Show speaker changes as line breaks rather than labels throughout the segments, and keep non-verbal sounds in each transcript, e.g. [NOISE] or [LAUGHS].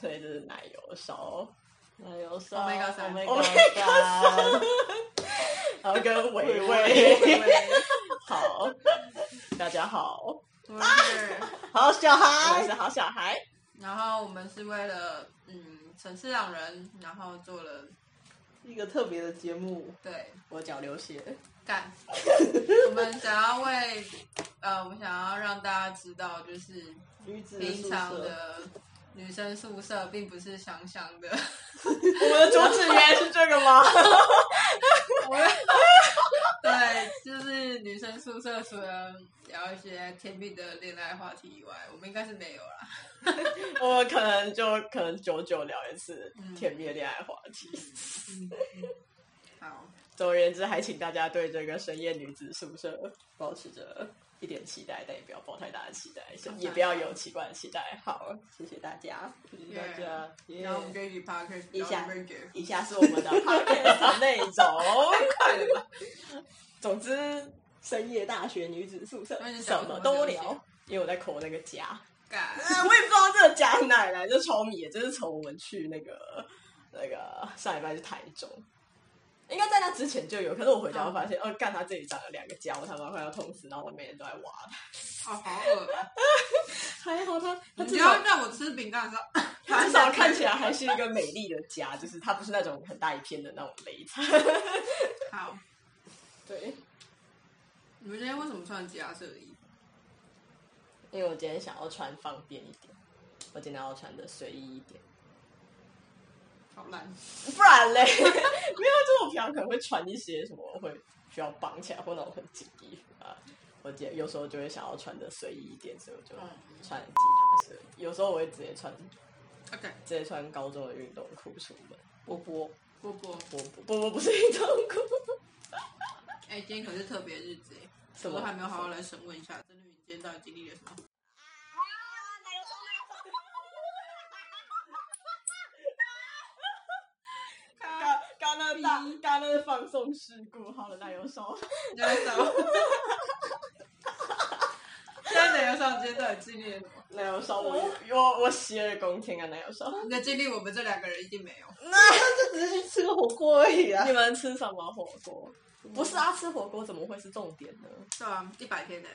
所以就是奶油烧，
奶油烧
Omega
三
三
Omega [LAUGHS] 然后跟 [LAUGHS] 维维。 [LAUGHS] 好，大家好，
我是
好小孩，
我
我是好小孩。
然后我们是为了嗯城市朗人，然后做了
一个特别的节目，
对
我脚流血，
干，我们想要为呃，我们想要让大家知道，就是
女子的宿
平常
舍，
的女生宿舍并不是想想的，
我们的主旨原来是这个吗？
我们对，就是女生宿舍除了聊一些甜蜜的恋爱话题以外，我们应该是没有啦。
[LAUGHS] 我们可能就可能久久聊一次
嗯
甜蜜的恋爱话题。
好，
总而言之，还请大家对这个深夜女子宿舍保持着一点期待，但也不要抱太大的期待，也不要有奇怪的期待。好，谢谢大家。嗯
谢谢大家，耶
然后我们这一集 podcast
一下
到这边结束
以下是我们的 podcast 内容。
[LAUGHS]
快了吧，
总之，深夜大学女子宿舍
那你
什
讲
么
什么
都
东西
聊，因为我在口那个家。
干，
啊，我也不知道这个家哪来的超迷，这是从我们去那个那个上礼拜去台中，应该在那之前就有，可是我回家
嗯
我发现，哦，干他这里长了两个家，我他妈快要痛死，然后我每天都在挖他。
哦，好恶啊！
还好他他
你
至
不
少
要让我吃饼干的时候，
[LAUGHS] 他至少看起来还是一个美丽的家，就是他不是那种很大一片的那种擂台。 [LAUGHS]
好。
对，
你们今天为什么穿吉他色的衣服？
因为我今天想要穿方便一点，我今天要穿的随意一点。
好烂！
不然嘞，没有，就是我平常可能会穿一些什么会需要绑起来或那种很紧的衣服啊。我今天有时候就会想要穿的随意一点，所以我就
嗯
穿吉他色。有时候我会直接穿
，OK，
直接穿高中的运动裤出门。波波
波波，
波波波波不是运动裤，
哎、今天可是特别日子哎，
什
我
么
都还没有好好来审问一下，真的你今天到底经历了什么？
刚刚那大刚刚那是放送事故，好了，奶油烧。
奶油
[LAUGHS]
烧，现在奶油烧，你今天到底经历了什么？
奶油烧，我我我洗耳恭听啊！奶油烧，
你的经历我们这两个人一定没有。
那就只是去 [LAUGHS] 吃个火锅而已啊 [LAUGHS]
你，们吃什么火锅？不是啊，吃火锅怎么会是重点呢？
对啊，一百天呢、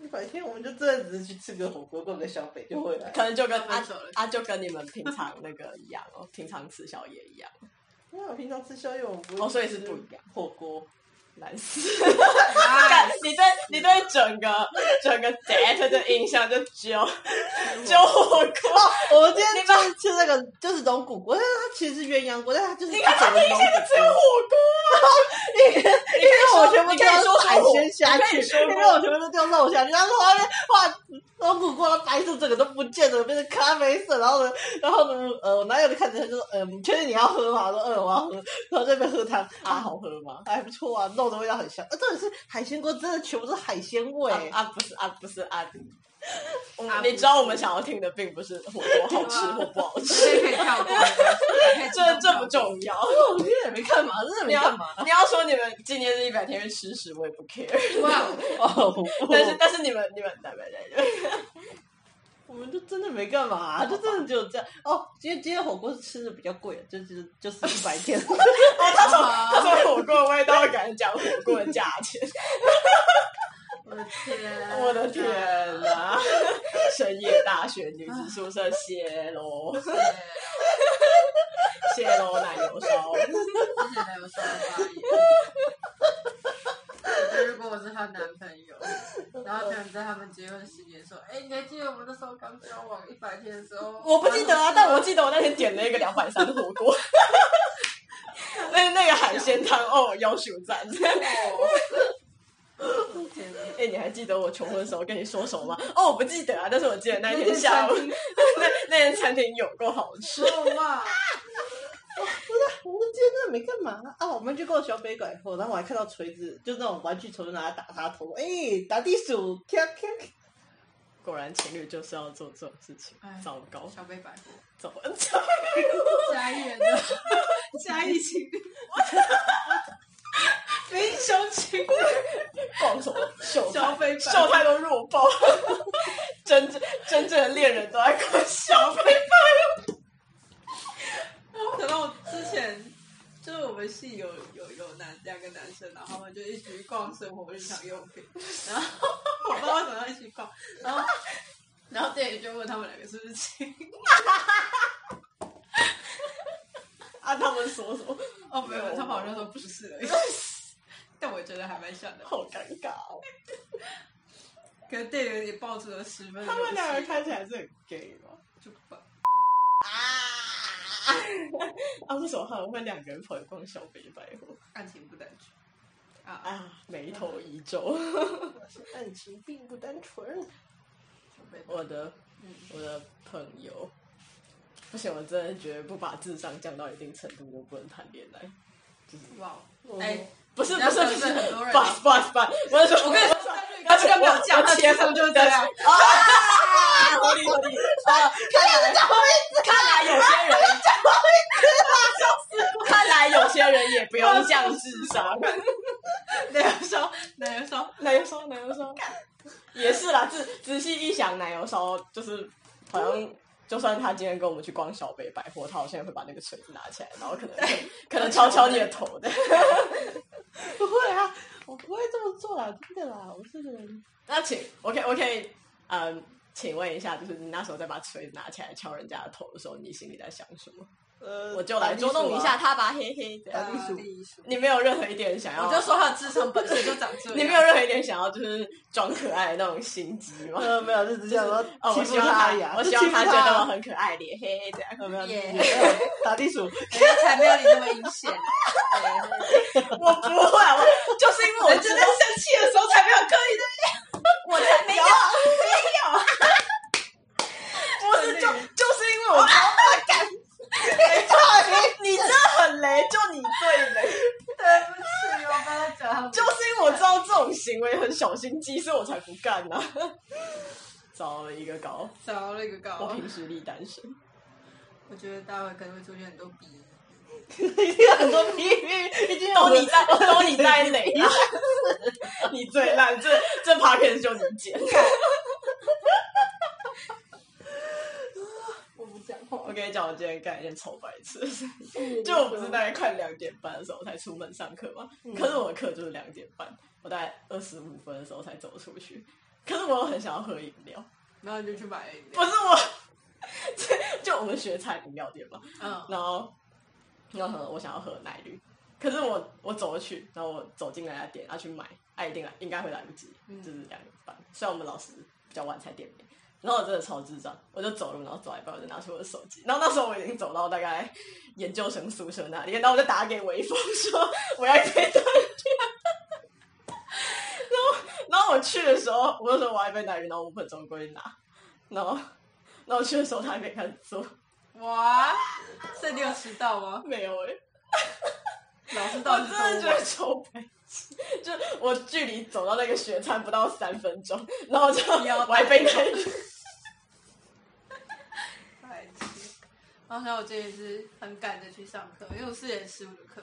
一百天我们就真的只是去吃个火锅，逛个小北就回来，
可能就跟阿
分手了
阿啊就跟你们平常那个一样哦，平常吃宵夜一样，
[LAUGHS] 因为我平常吃宵夜，我不
哦所以是不一
样，火锅
难死。
哎
干， [LAUGHS] 你对你对整个整个 date 的印象就只有只有火锅，
我们今天就是吃那个就是龙骨锅，但是它其实是鸳鸯锅，但是它就是
你
一
看他
整
第
个
一
龙
下就
骨
只有火
锅。
锅 [LAUGHS] 啊！因为
我全部
你可以说
都
是
海
火
鲜下
你可
去，
以说
因为我全部都掉肉下去，然后后面哇，龙骨锅的白色整个都不见了，变成咖啡色，然后呢，然后呢，呃，我男友就看着他就说，嗯，你确定你要喝吗？我说，嗯，我要喝，然后这边喝汤
啊，
啊，
好喝吗？
还不错啊，肉的味道很香，呃，重点是海鲜锅真的全部都是海鲜味，
啊啊不是啊不是啊，我
啊
你知道我们想要听的并不是火
啊
锅好吃或不
[LAUGHS]
好吃，
这可以跳过，没关系
这这不。重要。
我今天也没
[LAUGHS]
干嘛，真的
[LAUGHS] 你
没
要
干嘛，
你要说你们今天是一百天去吃屎，我也不
[LAUGHS]
care。
你可以自动跳过
[LAUGHS]
哇，
哦，
但是但是你们你们来来来，
我们就真的没干嘛、啊就真的就这样。哦，今天今天火锅是吃的比较贵，就是就是一百天。
他从
好
他从火锅的味道敢讲火锅的价
[LAUGHS]
钱，
我的天，
我的天哪！ [LAUGHS] 深夜大学女子宿
[LAUGHS]
舍泄露
谢
泄露奶油烧，
谢男友说的发言。我觉得如果我是她男朋友，然后可能在他们结婚十年说，哎、你还记得我们那时候刚交往一百天的时候？
[LAUGHS] 我不记得啊，但我记得我那天点了一个两百三的火锅。 [LAUGHS] 那那个海鲜汤哦，要求赞！ [LAUGHS]
我天哪！
哎、你还记得我求婚的时候跟你说什么吗？哦，我不记得啊，但是我记得那一天下午， [LAUGHS] 那那天餐厅有够好吃。
说嘛，
我们今天真的没干嘛啊！我们去逛小北百货，然后我还看到锤子，就那种玩具锤子拿来打他头，哎、打地鼠，咔咔。
果然情侣就是要做这种事情
哎，
糟糕，
小北百货，
糟糟。
嘉义人的嘉义情
[LAUGHS]
侣，
林雄情侣逛什么秀
消费
太
版
秀太都弱爆，真正真正的恋人都在逛消费版。
[LAUGHS] 后之前就是我们系有有有男两个男生，然后他们就一起去逛生活日常用品，然后我不知道为什么要一起逛，然后然后店员就问他们两个是不是情侣，
啊，他们说什么？
哦没有，他们好像说不是而已，但我觉得还蛮像的，
好尴尬哦！
可能店员也抱住了十分的
他们两
游
个
戏
看起来是很 gay 吗？
就把
啊，为什么他们会两个人跑去逛小北百货？
感情不单纯啊，
啊，眉头一皱。
案情并不单纯。
我的
嗯
我的朋友，不行，我真的觉得不把智商降到一定程度就不能谈恋爱。
哇，
我
哎、
哦不是
你
不
要
是
得
不
罪
是
很多人
不是不是不是，我是说，
我跟你说，三瑞
而
刚
且
刚没有 [LAUGHS] 讲，
我
他接上就是这样。
啊，合理合理啊！看来看来有些人看来有些人也不用降智商。
奶油烧，奶油烧，
奶油烧，奶油烧，也是啦。仔仔细一想，奶油烧就是好像，就算他今天跟我们去逛小北百货，他好像也会把那个锤子拿起来，然后可能可能敲敲你的头的。
不会啊，我不会这么做啦，真的啦，我这个人
那请我可以我可以嗯，请问一下，就是你那时候在把锤子拿起来敲人家的头的时候，你心里在想什么？
呃，
我就来捉弄一下他吧，嘿嘿。这样
啊栗鼠
栗鼠
你没有任何一点想要，
我就说他的智商本身就长这样。
你没有任何一点想要，就是装可爱的那种心机吗
打栗鼠。？呃，没有，就只想说
哦，我
欺
希
负
望
他
他
而已啊，，
我
就
希望
欺负
他觉哎得我
啊
很可爱咧，嘿嘿，这样。
呃没有没有
耶
没有打地
[LAUGHS]
鼠，
人家才没嗯有你那么阴险。
我不会，我就是因为我
人家
知
在
道，
生气的时候才没有刻意的。
[LAUGHS] 我才没有没有，不是就就是因为我知道，哎你你真的很雷，就你最雷，
[LAUGHS] 对不起，我刚刚讲他们
就是因为我知道这种行为很小心机，所以我才不干呢、啊。 [LAUGHS] 找了一个高，
找了一个高
我，凭实力单身，
我觉得待会可能会出现很多逼。
一定有很多秘密，一定有
都
很多
你在，都你在雷啊！你最烂，这这 p o c a s t 就你剪。
我不讲话
我，跟你讲，我今天干一件超白痴的事情，就我不是大概快两点半的时候才出门上课嘛，可是我的课就是两点半，我大概二十五分的时候才走出去，可是我又很想要喝饮料，
然后你就去买了饮
不
料。
是我， [LAUGHS] 就我们学菜饮料店嘛，
嗯，
然后然后我想要喝奶绿，可是我我走过去，然后我走进那家店要去买，啊一定来应该会来不及，
嗯
就是两点半，虽然我们老师比较晚才点名。然后我真的超智障，我就走路，然后走到一半我就拿出我的手机，然后那时候我已经走到大概研究生宿舍那里，然后我就打给微风说我要一杯奶绿，然后然后我去的时候我就说我要一杯奶绿，然后五分钟过去拿，然后然后我去的时候他还没开始做，
哇，所以你有迟到吗？
没有哎、
老师
我
到底
真
是多晚
的觉得超白痴， [LAUGHS] 就我距离走到那个学餐不到三分钟，然后就
腰带
我还被那
白痴。然后所以我这也是很赶着去上课，因为我四点十五的课，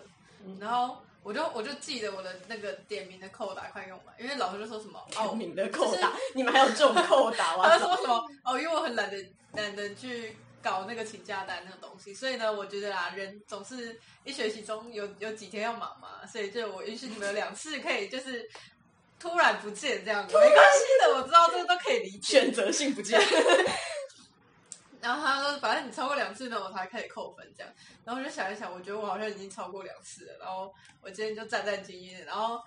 然后我就我就记得我的那个点名的扣打快用完，因为老师就说什么
报
哦，
名的扣打，你们还有这种扣打
他
哇？
就说什么哦，因为我很懒得懒得去搞那个请假单那个东西，所以呢，我觉得啊，人总是一学期中有有几天要忙嘛，所以就我允许你们有两次可以就是突然不见这样，没关系的，我知道这个都可以理解。
选择性不见，
然后他说，反正你超过两次呢，我才可以扣分这样。然后我就想一想，我觉得我好像已经超过两次了。然后我今天就战战兢兢的。然后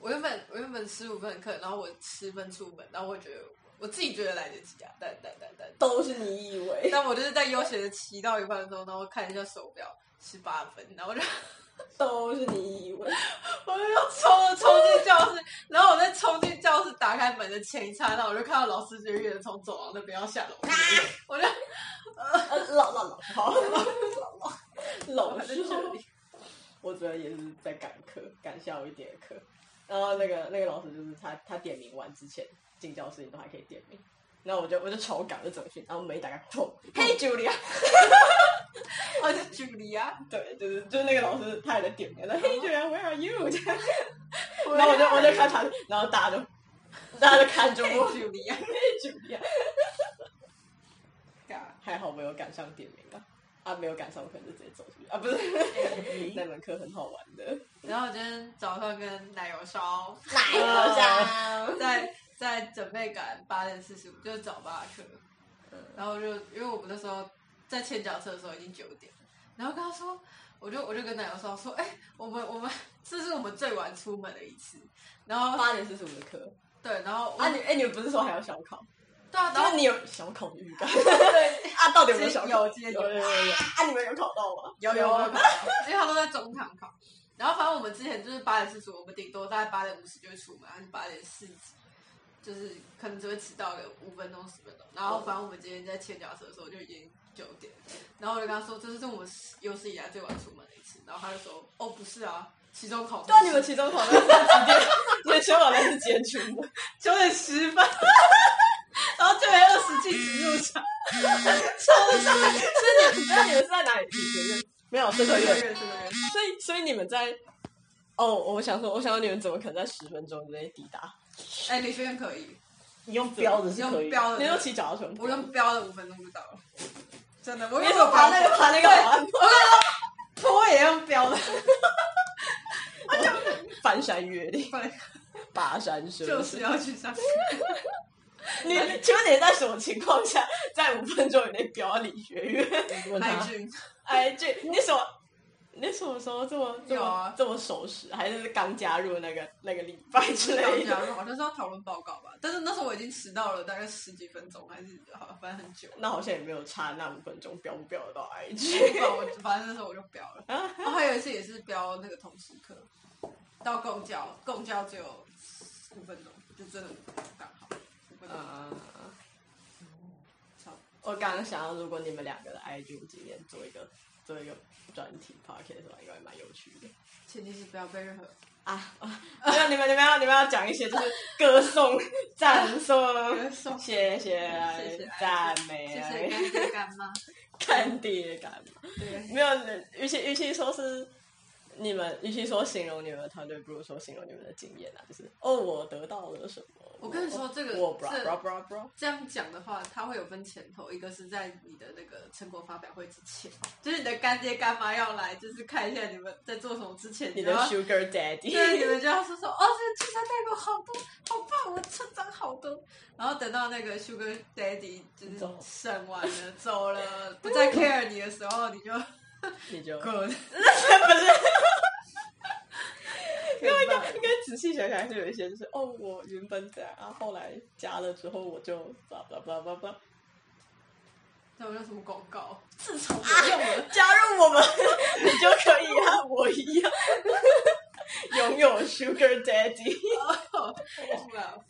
我原本我原本十五分的课，然后我十分出门，然后我觉得我自己觉得来得及啊，但但但但，
都是你以为。
但我就是在悠闲的骑到一半的时候，然后看一下手表，十八分，然后我就
都是你以为，
我就要冲了冲进教室，然后我在冲进教室打开门的前一刹那，我就看到老师远远的从走廊那边要下楼梯，我就
呃老老老好老老
我
老
还在这里。
我主要也是在赶课，赶下午一点的课。然后那个那个老师就是他，他点名完之前进教室，你都还可以点名。然后我就我就超赶，我就走进去，然后门一打开，砰！嘿，Julia，
我是茱莉亚，
对，就是就是那个老师，他也在点名，说 Hey Julia，Where are you？这样，然后我就我就看他，然后大家就大家就看着
嘿
我
茱莉亚，
，Hey Julia，
嘎
还好没有赶上点名啊。
啊，没有赶上，我可能就直接走出去啊，不是，那门课很好玩的，
然后我今天早上跟奶油烧
哪
个
上？
在在准备赶八点四十五，就是早八课。然后就因为我们那时候在签脚册的时候已经九点，然后跟他说，我就我就跟奶油说说，哎、我们我们这是我们最晚出门的一次。然后
八点四十五的课
对，然后我
啊，你哎、你们不是说还有小考？
对啊，然
就
后
是你有小考的预感
[LAUGHS]
啊？到底有没有小考？
有今天有
有有有有啊！你们有考啊到吗？
有有有，因为他都在中堂考。然后反正我们之前就是八点四十，我们顶多大概八点五十就会出门，还是八点四十，就是可能只会迟到个五分钟十分钟。然后反正我们今天在签脚车的时候就已经九点，然后我就跟他说这是我们有史以来最晚出门的一次，然后他就说哦不是啊，期中考
对啊，你们期中考那是几点？你们期中考那是几点出门？
九点十分， [LAUGHS] 然后九点二十禁止入
[LAUGHS]
场，
是你，那你们是在哪里？学院？没有，这个
对
月
对。 [LAUGHS] 对对。
所以，所以你们在哦，我想说，我想说你们怎么可能在十分钟之内抵达？
哎，李学院可以，
你用标的
你
是可
用
以，
标的，
你都骑脚踏车吗？
我用标了五分钟就到了，真的，我
你
用
说爬
爬
那个爬那个好汉
坡也用标的，
翻山越岭、
对，
跋山涉
就
水
是。要
[LAUGHS]
去上。
你请问你在什么情况下在五分钟以内表理学院？
问
爱
他
俊，
哎，这你什么？你什么时候这么这
有
么、
啊
这么熟识？还是刚加入那个那个礼拜之
要
类的？
加入，好像是要讨论报告吧，但是那时候我已经迟到了大概十几分钟，还是好反正很
[LAUGHS]
久。
那好像也没有差那五分钟标不标得到 IG？
不然我反正那时候我就标了，然后还有一次也是标那个同时课，到公交，公交只有五分钟，就真的五分钟刚好五分钟，
啊、
差不多。
我刚刚想到，如果你们两个的 IG 今天做一个做一个专题 podcast 的话，应该会蛮有趣的
前提是不要被任何
啊！啊没有，你们你们要你们要讲一些就是歌颂、赞颂、
歌颂。
谢谢
谢谢、
赞美、
谢谢干爹干妈，
看爹感。
对，
没有，与其与其说是你们，与其说形容你们的团队，不如说形容你们的经验啊，就是哦，我得到了什么。
我跟你说这个
我 bra
这
bra bra bra，
这样讲的话，它会有分前头，一个是在你的那个成果发表会之前，就是你的干爹干妈要来，就是看一下你们在做什么之前，
你的
然后
sugar daddy，
对，你们就要说说哦，这个聚餐带给我好多，好棒，我成长好多。然后等到那个 Sugar Daddy 就是
走
审完了走了，不再 care 你的时候，你就
[LAUGHS] 你就
滚。 [LAUGHS]
因为应该应该仔细想想，还是有一些就是哦，我原本这样啊，后来加了之后我就 blah blah blah blah blah，
那有什么广告？自从我用了，
加入我们 [LAUGHS] 你就可以和我一样拥有 sugar daddy。
哦忘了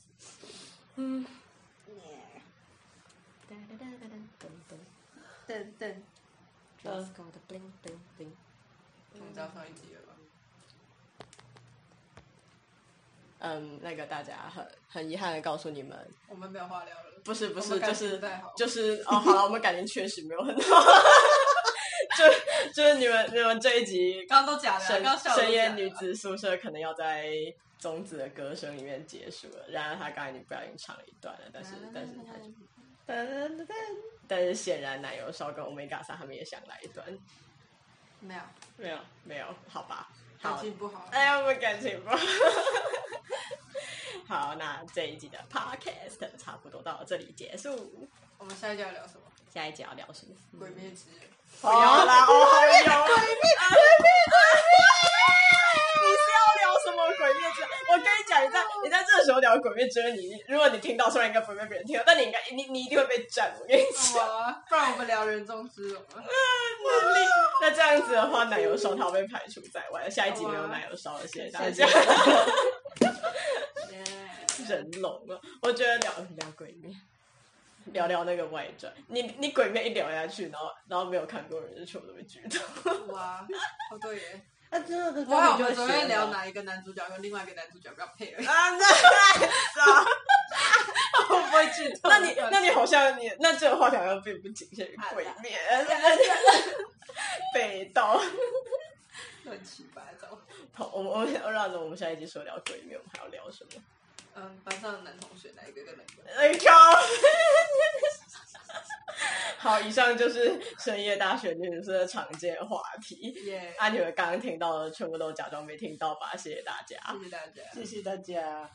嗯，
等等，
Just
我们知道上一集了吧？
嗯，那个大家很很遗憾的告诉你们，
我们没有话聊了，
不是不
我
是，
们
就
感情
是
不太好
就是哦，好了，我们感情确实没有很好， [LAUGHS] 就就是你们你们这一集
刚刚都假的啊，
深
刚刚笑的都
深夜
假的啊
女子宿舍可能要在中子的歌声里面结束了。然而她刚才已经不小心唱了一段了，但是但是她就，但是显然奶油烧跟 Omega 三他们也想来一段，
没有
没有没有，好吧，
感
好，
情不好，
哎呀，我们感情不好。 [LAUGHS] 好，那这一集的 podcast 差不多到这里结束，
我们下一集要聊什么？
下一集要聊什么？
鬼灭之
[LAUGHS]
刃。
不要啦，嗯哦，好有 [LAUGHS] 啊！鬼灭，你是要聊什么鬼灭之刃？我跟你讲，你在你在这时候聊鬼灭之刃，你你如果你听到，虽然应该不会被别人听到，但你应该你你一定会被占。我跟你
好
讲，
啊，不然我们聊人中之龙啊。
[LAUGHS] 那这样子的话，奶油烧它会被排除在外。下一集没有奶油烧了，谢谢大家。人龙啊，我觉得聊聊鬼灭。聊聊那个外传，你你鬼灭一聊下去，然后然后没有看过的人就全部都被剧透。
哇，好对耶！
[LAUGHS]
那真的根
我好，我
本就
们昨天
闲
聊
了
哪一个男主角跟另外一个男主角不要配
[LAUGHS]
了，
啊，那
我不会剧 [LAUGHS] 透
那 [LAUGHS] 你那你好像你那这个话好像并不仅限于
啊
鬼灭，呃北道。
乱七八糟。
好，我们我们我让着我们下一集说聊鬼灭，我们还要聊什么？哎
嗯，班上的男同学哪一个跟哪一个？
哎靠！ [LAUGHS] 好，以上就是深夜大学女生的常见话题。
耶、
啊，你们刚刚听到的全部都假装没听到吧？谢谢大家。
谢谢大家。
谢谢大家。